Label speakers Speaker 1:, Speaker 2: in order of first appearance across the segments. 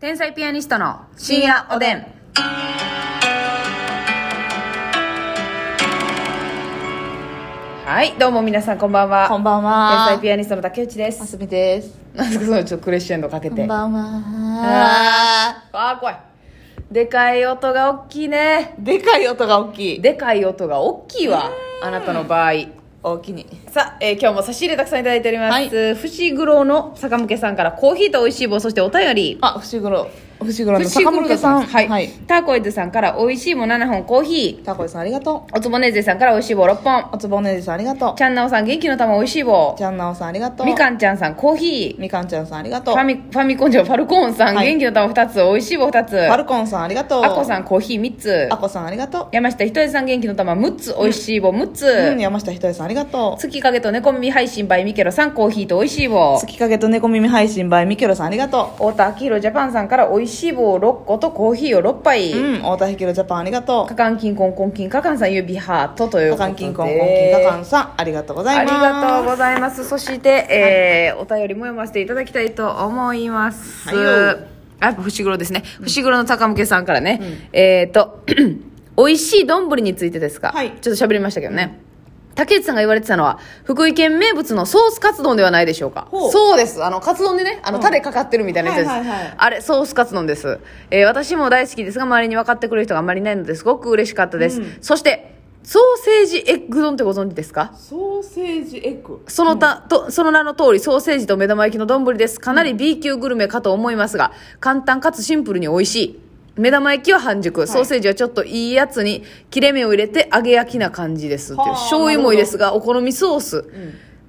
Speaker 1: 天才ピアニストの深夜おでん。はい、どうも皆さんこんばんは。
Speaker 2: こんばん
Speaker 1: 天
Speaker 2: は。
Speaker 1: 才ピアニストの竹内で。
Speaker 2: ますすみです。
Speaker 1: なんですか、そのちょっとクレッシェンドかけて。
Speaker 2: こん
Speaker 1: あ
Speaker 2: ばん
Speaker 1: あ
Speaker 2: は。
Speaker 1: ー、怖い。でかい音が大きいね。
Speaker 2: でかい音が大きい。
Speaker 1: でかい音が大きいわ。あなたの場合。
Speaker 2: 大きに。
Speaker 1: さあ、えー今日も差し入れたくさんいただいておりま
Speaker 2: はい
Speaker 1: す。伏黒の坂向さんからコーヒーと美味しい棒、そしてお便り。
Speaker 2: あ、伏黒。伏黒の
Speaker 1: 伏
Speaker 2: 坂
Speaker 1: 黒
Speaker 2: 本
Speaker 1: さ
Speaker 2: さ
Speaker 1: ん。
Speaker 2: ん。
Speaker 1: はい。ターコイズさんから美味しいも7本コーヒー。
Speaker 2: タコイさんありがと
Speaker 1: おつぼねぜさんからおいしい棒6
Speaker 2: う。
Speaker 1: 本。
Speaker 2: おつぼねじさんありがと
Speaker 1: ちゃんなおさん元気の玉おいしい棒
Speaker 2: う。ち。ゃんなおさんありがとう。
Speaker 1: みかんちゃんさんコーヒー。
Speaker 2: みかんちゃんさんありが
Speaker 1: フ
Speaker 2: とう。
Speaker 1: ァミ、ファミコンジョファルコーンさん
Speaker 2: はい
Speaker 1: 元気の玉2つ、おいしい棒2つ。
Speaker 2: ファル
Speaker 1: あ
Speaker 2: コンさんありがとう。
Speaker 1: こさんコーヒー3つ
Speaker 2: あ。こさんありがと
Speaker 1: 山下ひとえさん元気の玉6つ、おいしい棒6
Speaker 2: う。うん、
Speaker 1: つ。
Speaker 2: 山下ひとりさんありがとう。
Speaker 1: 月影と猫耳配信 by ミケロさんコーヒーとおいしい棒。
Speaker 2: 月影と猫耳配信 by みきょろさんありがと
Speaker 1: 太田明宏ジャパンさんからおいしい棒6個とコーヒーを6杯。
Speaker 2: う。うん、太田ひきろジャパンありがと
Speaker 1: か
Speaker 2: う。
Speaker 1: かんきんこんこんきんかかんさん指ハートという
Speaker 2: か
Speaker 1: ことで。
Speaker 2: かんきんこんこんきんかかんさんありがとうござ
Speaker 1: あ
Speaker 2: い
Speaker 1: り
Speaker 2: ます。
Speaker 1: がとうございます。そして、えーお便りも読ませていただきたいと思います。
Speaker 2: はいよ
Speaker 1: あ、やっぱ伏黒ですね。伏黒の高向さんからね。えっ、と、 美味しい丼についてですか、
Speaker 2: はい
Speaker 1: ちょっと喋りましたけどね。竹内さんが言われてたのは福井県名物のソースカツ丼ではないでしょうか
Speaker 2: ほう
Speaker 1: そうですあのカツ丼でねあのタレかかってるみたいなやつです、
Speaker 2: はいはいはい
Speaker 1: あれソースカツ丼です、えー私も大好きですが周りに分かってくれる人があまりいないのですごく嬉しかったです、そしてソーセージエッグ丼ってご存知ですか
Speaker 2: ソーセージエッグ。
Speaker 1: そのた、と、その名の通り、ソーセージと目玉焼きの丼です。かなり B 級グルメかと思いますが、簡単かつシンプルに美味しい。目玉焼きは半熟、ソーセージはちょっといいやつに切れ目を入れて揚げ焼きな感じですっていう
Speaker 2: はあ
Speaker 1: 醤油もいいですがお好みソース、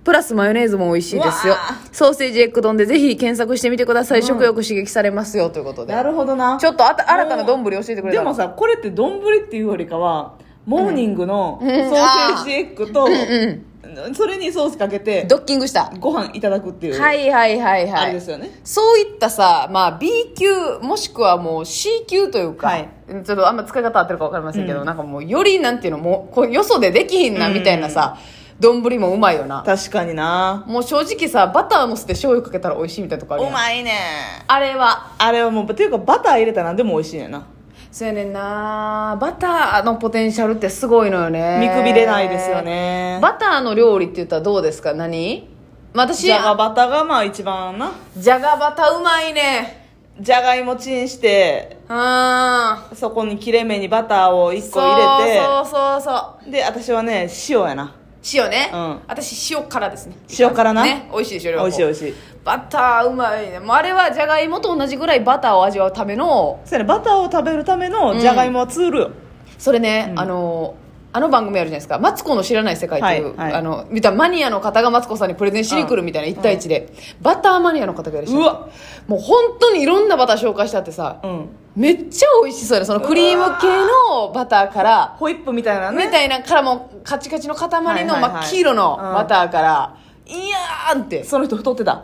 Speaker 1: プラスマヨネーズも美味しいですよ
Speaker 2: うわあ
Speaker 1: ソーセージエッグ丼でぜひ検索してみてください、食欲刺激されますよということで
Speaker 2: なるほどな。
Speaker 1: ちょっとあた新たな丼教えてくれ
Speaker 2: で
Speaker 1: たら
Speaker 2: もさこれって丼っていうよりかはモーニングのソーセージエッグと、それにソースかけて
Speaker 1: ドッキングした
Speaker 2: ご飯いただくっていう、
Speaker 1: はいはいはいはい
Speaker 2: あれですよね
Speaker 1: そういったさ、まあ、B 級もしくはもう C 級というか、
Speaker 2: はい
Speaker 1: ちょっとあんま使い方合ってるか分かりませんけど、なんかもうよりなんていうのもうこうよそでできひんなみたいなさ丼、もうまいよな
Speaker 2: 確かにな
Speaker 1: もう正直さバターのせて醤油かけたら美味しいみたいなとこある
Speaker 2: う
Speaker 1: やん
Speaker 2: まいね
Speaker 1: あれは
Speaker 2: あれはもうっていうかバター入れたら何でも美味しいねんな
Speaker 1: そうやねんなバターのポテンシャルってすごいのよね
Speaker 2: 見くびれないですよね
Speaker 1: バターの料理って言ったらどうですか何まあ私
Speaker 2: じゃがバターがまあ一番な
Speaker 1: じゃがバターうまいね
Speaker 2: じゃがいもチンして
Speaker 1: うん
Speaker 2: そこに切れ目にバターを1個入れて
Speaker 1: そうそうそうそう
Speaker 2: で私はね塩やな
Speaker 1: 塩ね、
Speaker 2: うん
Speaker 1: 私塩辛ですね
Speaker 2: 塩辛な
Speaker 1: ね美味しいでしょ
Speaker 2: 美
Speaker 1: 両方
Speaker 2: 味しい美味しい
Speaker 1: バターうまいねもうあれはじゃがいもと同じぐらいバターを味わうための
Speaker 2: そうやねバターを食べるためのじゃがいもはツールよ、
Speaker 1: それね、あのあの番組あるじゃないですか「マツコの知らない世界」という、
Speaker 2: はいはい
Speaker 1: あの見たマニアの方がマツコさんにプレゼンしに来るみたいな一対一で、バターマニアの方がいらっしゃる
Speaker 2: うわ
Speaker 1: もう本当にいろんなバター紹介したってさ、
Speaker 2: うん
Speaker 1: めっちゃ美味しそうやねそのクリーム系のバターから
Speaker 2: ホイップみたいな
Speaker 1: み
Speaker 2: ね
Speaker 1: たいなからもうカチカチの塊の
Speaker 2: はいはいはい
Speaker 1: 真っ黄色のバターから、いやーんって
Speaker 2: その人太ってた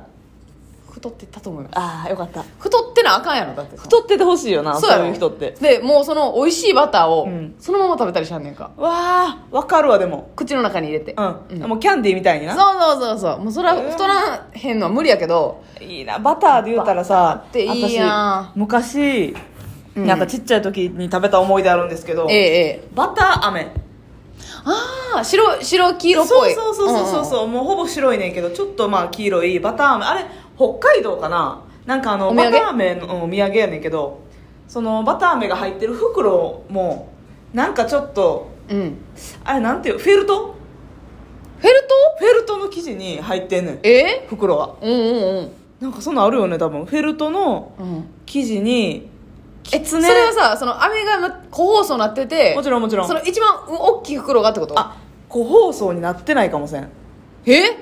Speaker 1: 太ってたと思います
Speaker 2: ああよかった
Speaker 1: 太ってなあかんやろだって太
Speaker 2: 太っててほしいよなそう
Speaker 1: ろ
Speaker 2: いう人って
Speaker 1: でもうその美味しいバターを
Speaker 2: ん
Speaker 1: そのまま食べたりしはんねんか、
Speaker 2: わあわかるわでも
Speaker 1: 口の中に入れて、
Speaker 2: うん、もうキャンディーみたいに
Speaker 1: そう
Speaker 2: な
Speaker 1: そうそうそうもうそれは太らへんのは無理やけど
Speaker 2: いいなバターで言うたらさ
Speaker 1: バターっていいや
Speaker 2: 私昔、
Speaker 1: うん
Speaker 2: なんかちっちゃい時に食べた思い出あるんですけど、
Speaker 1: ええええ
Speaker 2: バター飴
Speaker 1: ああ白白黄色
Speaker 2: そう
Speaker 1: っぽい
Speaker 2: そうそうそうそうそう、もうほぼ白いねんけどちょっとまあ黄色いバター飴あれ北海道かななんかあ
Speaker 1: お
Speaker 2: の
Speaker 1: 土産
Speaker 2: バター飴のうんお土産やねんけどそのバター飴が入ってる袋もなんかちょっと
Speaker 1: うんうん、うん
Speaker 2: あれなんていうフェルト
Speaker 1: フェル
Speaker 2: フェルトの生地に入ってんねん
Speaker 1: トえ
Speaker 2: 袋は
Speaker 1: うんうん
Speaker 2: なんかそんなんあるよね多分フェルトの
Speaker 1: うんうん
Speaker 2: 生地に
Speaker 1: えそれはさその飴がま個包装になってて
Speaker 2: もちろんもちろん
Speaker 1: その一番大きい袋がってこと
Speaker 2: あ個包装になってないかもせん
Speaker 1: えフェル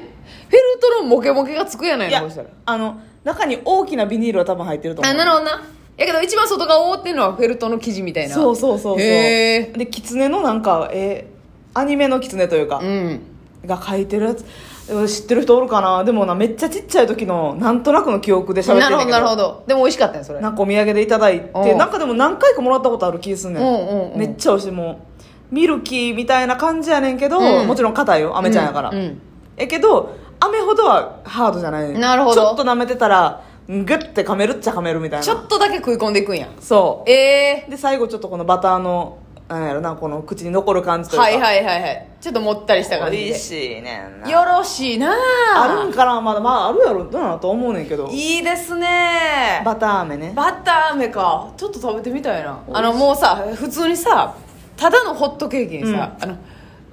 Speaker 1: トのモケモケがつくやない
Speaker 2: い
Speaker 1: の
Speaker 2: や
Speaker 1: こうしたら
Speaker 2: あの中に大きなビニールは多分入ってると思
Speaker 1: あ
Speaker 2: う
Speaker 1: なるほどなやけど一番外側を覆ってるのはフェルトの生地みたいな
Speaker 2: そうそうそうそう
Speaker 1: へえ
Speaker 2: で狐のなんかえーアニメの狐というか、
Speaker 1: うん
Speaker 2: が書いてるやつうん知ってる人おるかなでもなめっちゃちっちゃい時のなんとなくの記憶で喋ってん
Speaker 1: なる
Speaker 2: ね
Speaker 1: ほど
Speaker 2: んけ
Speaker 1: なるほどでも美味しかったよそれ
Speaker 2: なんかお土産でいただいて
Speaker 1: うん
Speaker 2: なんかでも何回かもらったことある気すんね
Speaker 1: うんうんうん
Speaker 2: めっちゃ美味しいもうミルキーみたいな感じやねんけど、
Speaker 1: うん
Speaker 2: もちろん硬いよ飴ちゃんやから、
Speaker 1: うんうん
Speaker 2: えけど飴ほどはハードじゃないねん
Speaker 1: なるほど
Speaker 2: ちょっと舐めてたらグッて噛めるっちゃ噛めるみたい
Speaker 1: ちょ
Speaker 2: な
Speaker 1: っとだけ食い込んでいくんや
Speaker 2: そ
Speaker 1: え
Speaker 2: うで最後ちょっとこのバターのなんやろなこの口に残る感じとい
Speaker 1: ー、
Speaker 2: うか
Speaker 1: はいはいはいはいちょっともったりした感じ
Speaker 2: 美味
Speaker 1: で
Speaker 2: しいねんな
Speaker 1: よろしいな
Speaker 2: あるんかなまだまああるやろどうなのと思うねんけど
Speaker 1: いいですね
Speaker 2: バター飴ね
Speaker 1: バター飴かちょっと食べてみたいな
Speaker 2: 美味しい
Speaker 1: あのもうさ普通にさただのホットケーキにさ、あの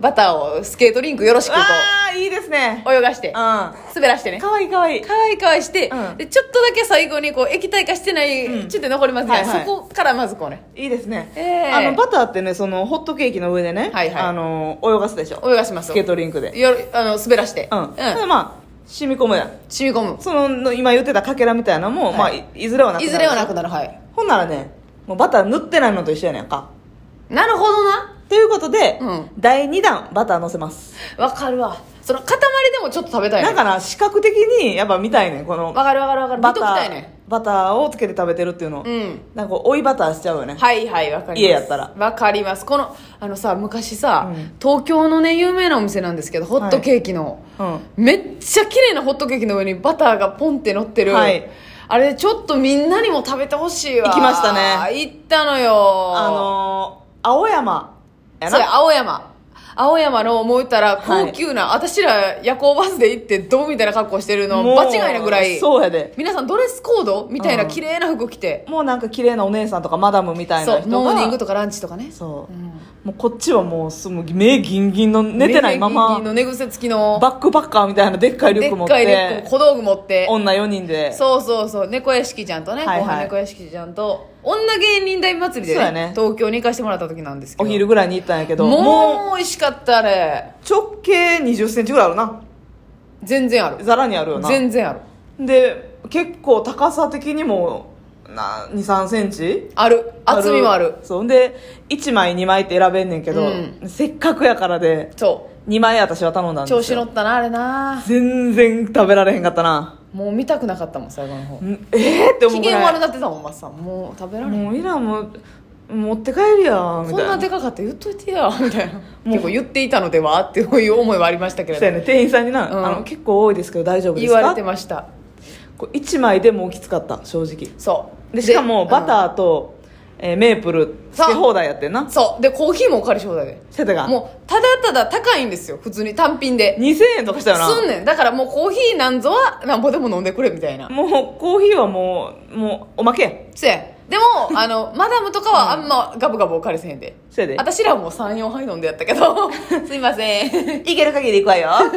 Speaker 1: バターをスケートリンクよろしくこ
Speaker 2: あーいいですね
Speaker 1: う泳がして
Speaker 2: うんか
Speaker 1: 滑らしてねか
Speaker 2: わいいかわい
Speaker 1: わ
Speaker 2: い
Speaker 1: いいかわいして、
Speaker 2: うん
Speaker 1: でちょっとだけ最後にこう液体化してない、
Speaker 2: うん
Speaker 1: ちょっと残りますね、
Speaker 2: はいはい
Speaker 1: そこからまずこうね
Speaker 2: いいですね、
Speaker 1: ええ
Speaker 2: あのバターってねそのホットケーキの上でね、
Speaker 1: はいはい
Speaker 2: あの泳がすでしょ
Speaker 1: 泳がします
Speaker 2: ス
Speaker 1: よ
Speaker 2: ケートリンクで
Speaker 1: よろあの滑らして
Speaker 2: うん、でまあ染み込むやん
Speaker 1: 染み込む
Speaker 2: そのの今言ってたかけらみたいなのも、
Speaker 1: はい
Speaker 2: まあいいずれはなくなる
Speaker 1: いずれはなくなるはい
Speaker 2: ほんならねもうバター塗ってないのと一緒やねんか
Speaker 1: なるほどな
Speaker 2: ということで、
Speaker 1: うん
Speaker 2: 第2弾バター乗せます
Speaker 1: わかるわその塊でもちょっと食べたいね
Speaker 2: だから視覚的にやっぱ見たいねんこの
Speaker 1: わかるわかるわかる見
Speaker 2: バ
Speaker 1: と
Speaker 2: タ
Speaker 1: きたい
Speaker 2: ー、
Speaker 1: ね
Speaker 2: バターをつけて食べてるっていうの、
Speaker 1: うん
Speaker 2: なんかこう追いバターしちゃうよね
Speaker 1: はいはいわかります
Speaker 2: 家やったら
Speaker 1: わかりますこのあのさ昔さ、
Speaker 2: うん
Speaker 1: 東京のね有名なお店なんですけどホットケーキの、
Speaker 2: うん
Speaker 1: めっちゃ綺麗なホットケーキの上にバターがポンって乗ってる、
Speaker 2: はい
Speaker 1: あれちょっとみんなにも食べてほしいわ
Speaker 2: 行きましたね
Speaker 1: 行ったのよ
Speaker 2: あのー、青山や
Speaker 1: それ
Speaker 2: な
Speaker 1: 青山青山のもう言ったら
Speaker 2: はい
Speaker 1: 高級な、私ら夜行バスで行ってどうみたいな格好してるの
Speaker 2: もう
Speaker 1: 場違いなぐらい
Speaker 2: そうやで
Speaker 1: 皆さんドレスコードみたいな
Speaker 2: うん
Speaker 1: 綺麗な服着て、
Speaker 2: もうなんか綺麗なお姉さんとかマダムみたい
Speaker 1: そ
Speaker 2: な
Speaker 1: う
Speaker 2: 人が
Speaker 1: モーニングとかランチとかね
Speaker 2: そう、
Speaker 1: うん
Speaker 2: もうこっちはもうすもう目ギンギンの寝てないま
Speaker 1: メレンゲ
Speaker 2: ま
Speaker 1: の寝癖付きの
Speaker 2: バックパッカーみたいなでっかいリュ
Speaker 1: で
Speaker 2: ック持
Speaker 1: っ
Speaker 2: っ
Speaker 1: かいリュッ
Speaker 2: て
Speaker 1: ク小道具持って
Speaker 2: 女4人で
Speaker 1: そうそうそう猫屋敷ちゃんとね、
Speaker 2: はいはい
Speaker 1: 後輩猫屋敷ちゃんと女芸人大祭りで
Speaker 2: そう
Speaker 1: ね
Speaker 2: やね
Speaker 1: 東京に行かしてもらった時なんですけ
Speaker 2: お
Speaker 1: ど
Speaker 2: 昼ぐらいに行ったんやけどもう
Speaker 1: もう美味しかったあれ
Speaker 2: 直径2 0ンチぐらいあるな
Speaker 1: 全然ある
Speaker 2: ざらにあるよな
Speaker 1: 全然ある
Speaker 2: で結構高さ的にもな2 3センチ
Speaker 1: ある厚みもある
Speaker 2: そうで1枚2枚って選べんねんけど、
Speaker 1: う
Speaker 2: せっかくやからで
Speaker 1: そ
Speaker 2: 2枚私は頼んだん
Speaker 1: う
Speaker 2: ですよ
Speaker 1: 調子乗ったなあれな
Speaker 2: 全然食べられへんかったな
Speaker 1: もう見たくなかったもん最後の方
Speaker 2: んえー、って思
Speaker 1: 機
Speaker 2: うぐ
Speaker 1: 嫌
Speaker 2: ら
Speaker 1: 悪
Speaker 2: い
Speaker 1: なってたもんマスさんもう食べられん
Speaker 2: もうイランも持って帰るやみ
Speaker 1: こん
Speaker 2: たい
Speaker 1: な
Speaker 2: な
Speaker 1: でかかったら言っといてやみたいな結構言っていたのではっていう思いはありましたけれ
Speaker 2: そう
Speaker 1: ど
Speaker 2: やね店員さんにな、
Speaker 1: うん
Speaker 2: あの結構多いですけど大丈夫です
Speaker 1: 言
Speaker 2: か
Speaker 1: われてました
Speaker 2: こう1枚でもうきつかった正直
Speaker 1: そう
Speaker 2: でしかもバ
Speaker 1: ー、
Speaker 2: ターと、えーメープルつけ放題やってん
Speaker 1: うん
Speaker 2: な
Speaker 1: そうでコーヒーもお借り放題で
Speaker 2: セテが
Speaker 1: もうただただ高いんですよ普通に単品で
Speaker 2: 2000円とかしたよな
Speaker 1: すんねんだからもうコーヒーなんぞはなんぼでも飲んでくれみたいな
Speaker 2: もうコーヒーはもうもうおまけや
Speaker 1: せやで もあのマダムとかはあんまガブガブお借りせへんで
Speaker 2: せやで
Speaker 1: 私らはもう34杯飲んでやったけど すいません
Speaker 2: いける限り行くわよ はい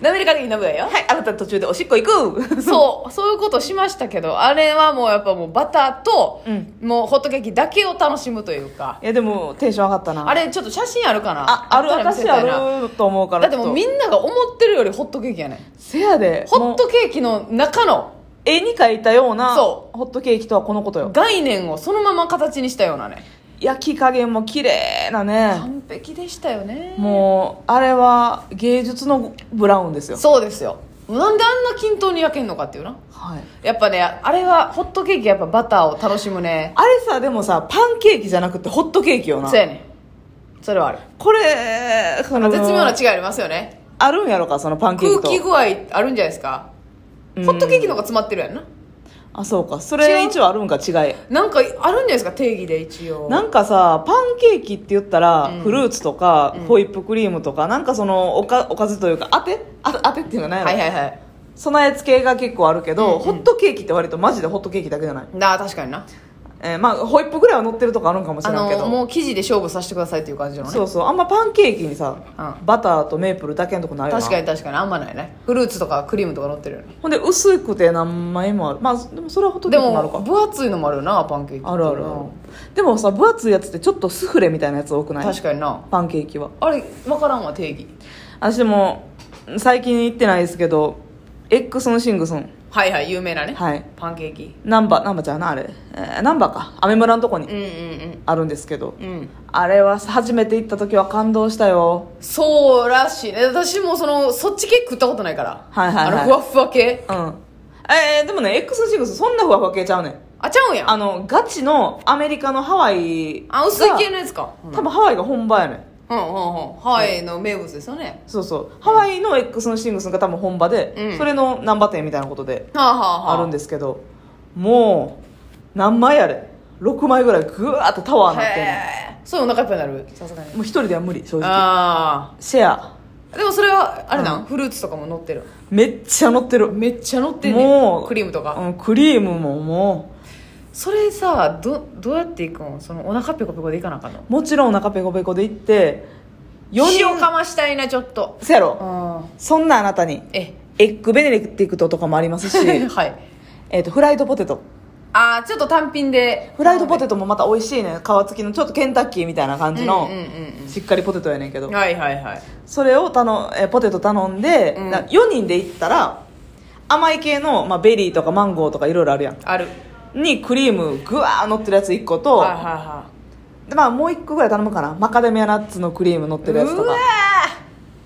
Speaker 1: 舐める限り飲むわ よ
Speaker 2: あなた途中でおしっこ行く
Speaker 1: そうそういうことしましたけどあれはもうやっぱもうバターと、
Speaker 2: うん
Speaker 1: もうホットケーキだけを楽しむというか
Speaker 2: いやでもテンション上がったな
Speaker 1: あれちょっと写真あるかな
Speaker 2: あある
Speaker 1: ったら見せ
Speaker 2: 証
Speaker 1: たいな
Speaker 2: あると思うか
Speaker 1: だ
Speaker 2: ら
Speaker 1: ってもうみ
Speaker 2: ちょ
Speaker 1: んなが思ってるよりホットケーキやねん
Speaker 2: とせやで
Speaker 1: ホッ
Speaker 2: もう
Speaker 1: トケーキの中の
Speaker 2: 絵に描いたような
Speaker 1: そ
Speaker 2: ホットケーキとはこのことよ
Speaker 1: 概念をそのまま形にしたようなね
Speaker 2: 焼き加減も綺麗なね
Speaker 1: 完璧でしたよね
Speaker 2: もうあれは芸術のブラウンですよ
Speaker 1: そうですよなんであんな均等に焼けんのかっていうな
Speaker 2: はい
Speaker 1: やっぱねあれはホットケーキやっぱバターを楽しむね
Speaker 2: あれさでもさパンケーキじゃなくてホットケーキよな
Speaker 1: そうやねんそれはある
Speaker 2: これその
Speaker 1: 絶妙な違いありますよね
Speaker 2: あるんやろかそのパンケー
Speaker 1: 空
Speaker 2: キと
Speaker 1: 気具合あるんじゃないですか
Speaker 2: うん
Speaker 1: ホットケーキの方が詰まってるやんな
Speaker 2: あそうかそ
Speaker 1: 違
Speaker 2: れ
Speaker 1: う
Speaker 2: 一応あるんか違い
Speaker 1: なんかあるんじゃないですか定義で一応
Speaker 2: なんかさパンケーキって言ったら、
Speaker 1: うん
Speaker 2: フルーツとか、
Speaker 1: うん
Speaker 2: ホイップクリームとかなんかそのおかおかずというかあてああてっていうのは何やろ、
Speaker 1: はいはいはい
Speaker 2: 備え付けが結構あるけ
Speaker 1: うん
Speaker 2: ど、
Speaker 1: うん
Speaker 2: ホットケーキって割とマジでホットケーキだけじゃない、
Speaker 1: なあ確かにな
Speaker 2: えーまあホイップぐらいは乗ってるとかあるんかもし
Speaker 1: あ
Speaker 2: れないけど
Speaker 1: のもう生地で勝負させてくださいっていう感じのね
Speaker 2: そうそうあんまパンケーキにさ、
Speaker 1: う
Speaker 2: バターとメープルだけのとこないよな
Speaker 1: 確かに確かにあんまないねフルーツとかクリームとか乗ってるよね
Speaker 2: ほんで薄くて何枚もあるまあでもそれはホットケ
Speaker 1: で
Speaker 2: ーキもある
Speaker 1: も
Speaker 2: か
Speaker 1: 分厚いのもあるよなパンケーキって
Speaker 2: あるあるでもさ分厚いやつってちょっとスフレみたいなやつ多くない
Speaker 1: 確かにな
Speaker 2: パンケーキは
Speaker 1: あれ分からんわ定義
Speaker 2: 私でも最近行ってないですけどエックスンシングスン
Speaker 1: はいはい有名なね、
Speaker 2: はい
Speaker 1: パンケーキ
Speaker 2: ナンバナンバちゃうなあれ、えー、ナンバかアメ村のとこ
Speaker 1: うん
Speaker 2: に
Speaker 1: うん
Speaker 2: あるんですけど、
Speaker 1: うんうん
Speaker 2: あれは初めて行った時は感動したよ
Speaker 1: そうらしいね私もそのそっち系食ったことないから
Speaker 2: はいはいはい
Speaker 1: あのふわふわ系
Speaker 2: うんえー、でもね X シングスそんなふわふわ系ちゃうねん
Speaker 1: あちゃうんや
Speaker 2: あ
Speaker 1: あ
Speaker 2: のガチのアメリカのハワイが
Speaker 1: 薄い系のやつかうんうん
Speaker 2: 多分ハワイが本場やねん
Speaker 1: うんうんハワイの名物ですよね
Speaker 2: そうそうハワイの X のシングスが多分本場で、
Speaker 1: うん
Speaker 2: それの難波店みたいなことで
Speaker 1: はあはあは
Speaker 2: あ
Speaker 1: あ
Speaker 2: るんですけど、もう何枚あれ6枚ぐらいぐわーっとタワーになってんね
Speaker 1: へえそうお腹いっぱいになるさすがに
Speaker 2: んもう一人では無理正直
Speaker 1: あ
Speaker 2: シェア
Speaker 1: あでもそれはあれなん、
Speaker 2: う
Speaker 1: フルーツとかも乗ってる
Speaker 2: めっちゃ乗ってる
Speaker 1: めっちゃ乗ってんねん
Speaker 2: もう
Speaker 1: クリームとか、
Speaker 2: うん、クリームもも
Speaker 1: それさどどうやっていくんそのお腹ペコペコでいかなあかんの
Speaker 2: うもちろんお腹ペコペコで行って4
Speaker 1: 塩
Speaker 2: 人
Speaker 1: かましたいなちょっと
Speaker 2: せやろ
Speaker 1: あ
Speaker 2: そんなあなたに
Speaker 1: え
Speaker 2: エッグベネディクトとかもあります し
Speaker 1: はい
Speaker 2: えっとフライドポテト
Speaker 1: あーちょっと単品で
Speaker 2: フライドポテトもまた美味しいね皮付きのちょっとケンタッキーみたいな感じ
Speaker 1: う
Speaker 2: の
Speaker 1: んうんうん
Speaker 2: しっかりポテトやねんけど
Speaker 1: はいはいはい
Speaker 2: それを頼えポテト頼んで、
Speaker 1: うん
Speaker 2: な4人で行ったら甘い系の、まあ、ベリーとかマンゴーとかいろいろあるや
Speaker 1: ある
Speaker 2: んにクリームぐわー乗ってるやつ1個と、
Speaker 1: はいはいは
Speaker 2: でまあ、もう1個ぐらい頼むかなマカデミアナッツのクリーム乗っ
Speaker 1: い
Speaker 2: てるやつと
Speaker 1: うわ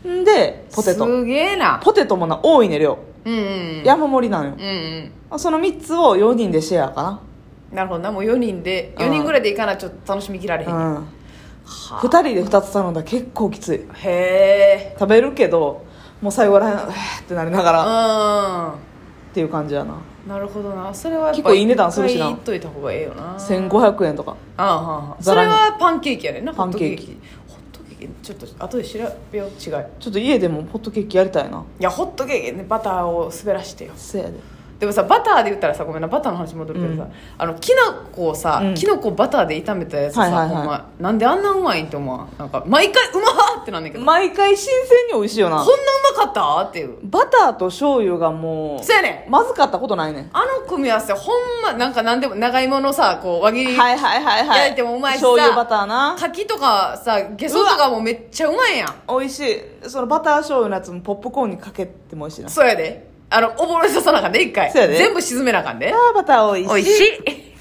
Speaker 2: かんで
Speaker 1: ー
Speaker 2: ポテト
Speaker 1: すげえな
Speaker 2: ポテトもな多いね量
Speaker 1: うんうん
Speaker 2: 山盛りなのよ
Speaker 1: うんうん
Speaker 2: まあその3つを4人でシェアか
Speaker 1: なるほどなもう4人で4人ぐらいでいかなちょっと楽しみきられへん、
Speaker 2: な、うん、
Speaker 1: は
Speaker 2: 2人で2つ頼んだら結構きつい
Speaker 1: あへえ
Speaker 2: 食べるけどもう最後らへんうわーってなりなが
Speaker 1: う
Speaker 2: らっ
Speaker 1: ん
Speaker 2: ていう感じやな
Speaker 1: なるほどなそれはやっぱ
Speaker 2: 結構いい値段するし
Speaker 1: 一
Speaker 2: な
Speaker 1: 回言っといた方がええよな
Speaker 2: 1500円とか
Speaker 1: ああはあそ
Speaker 2: ざら
Speaker 1: れ
Speaker 2: に
Speaker 1: はパンケーキやねんなホ
Speaker 2: パ
Speaker 1: ッ
Speaker 2: ン
Speaker 1: ト
Speaker 2: ケ
Speaker 1: ケー
Speaker 2: ーキ
Speaker 1: キホットケーキちょっと後で調べよう違い
Speaker 2: ちょっと家でもホットケーキやりたいない
Speaker 1: やホットケーキねバターを滑らしてよ
Speaker 2: せやで
Speaker 1: でもさバターで言ったらさごめんなバターの話戻るけどさ、
Speaker 2: うん
Speaker 1: あのきな粉をさ、
Speaker 2: うん
Speaker 1: きな粉バターで炒めたやつさ、
Speaker 2: はいはいはい
Speaker 1: ほんまなんであんなうまいんって思わんなんか毎回うまーってなんだけど、
Speaker 2: 毎回新鮮に美味しいよな
Speaker 1: こんなうまかったっていう
Speaker 2: バターと醤油がも
Speaker 1: そうやね
Speaker 2: うまずかったことないねん
Speaker 1: んあの組み合わせほんまなんかなんでも長芋のさこう輪切り、
Speaker 2: はいはいはいはい
Speaker 1: 焼いてもうまいしさ
Speaker 2: 醤油バターな
Speaker 1: 柿とかさゲソとかもめっちゃうまいやん
Speaker 2: 美味しいそのバター醤油のやつもポップコーンにかけても美味しいな
Speaker 1: そうやであのおぼろいささなあかんで一回
Speaker 2: そうやで
Speaker 1: 全部沈めなあかんで
Speaker 2: バターバター美味しい
Speaker 1: おいしい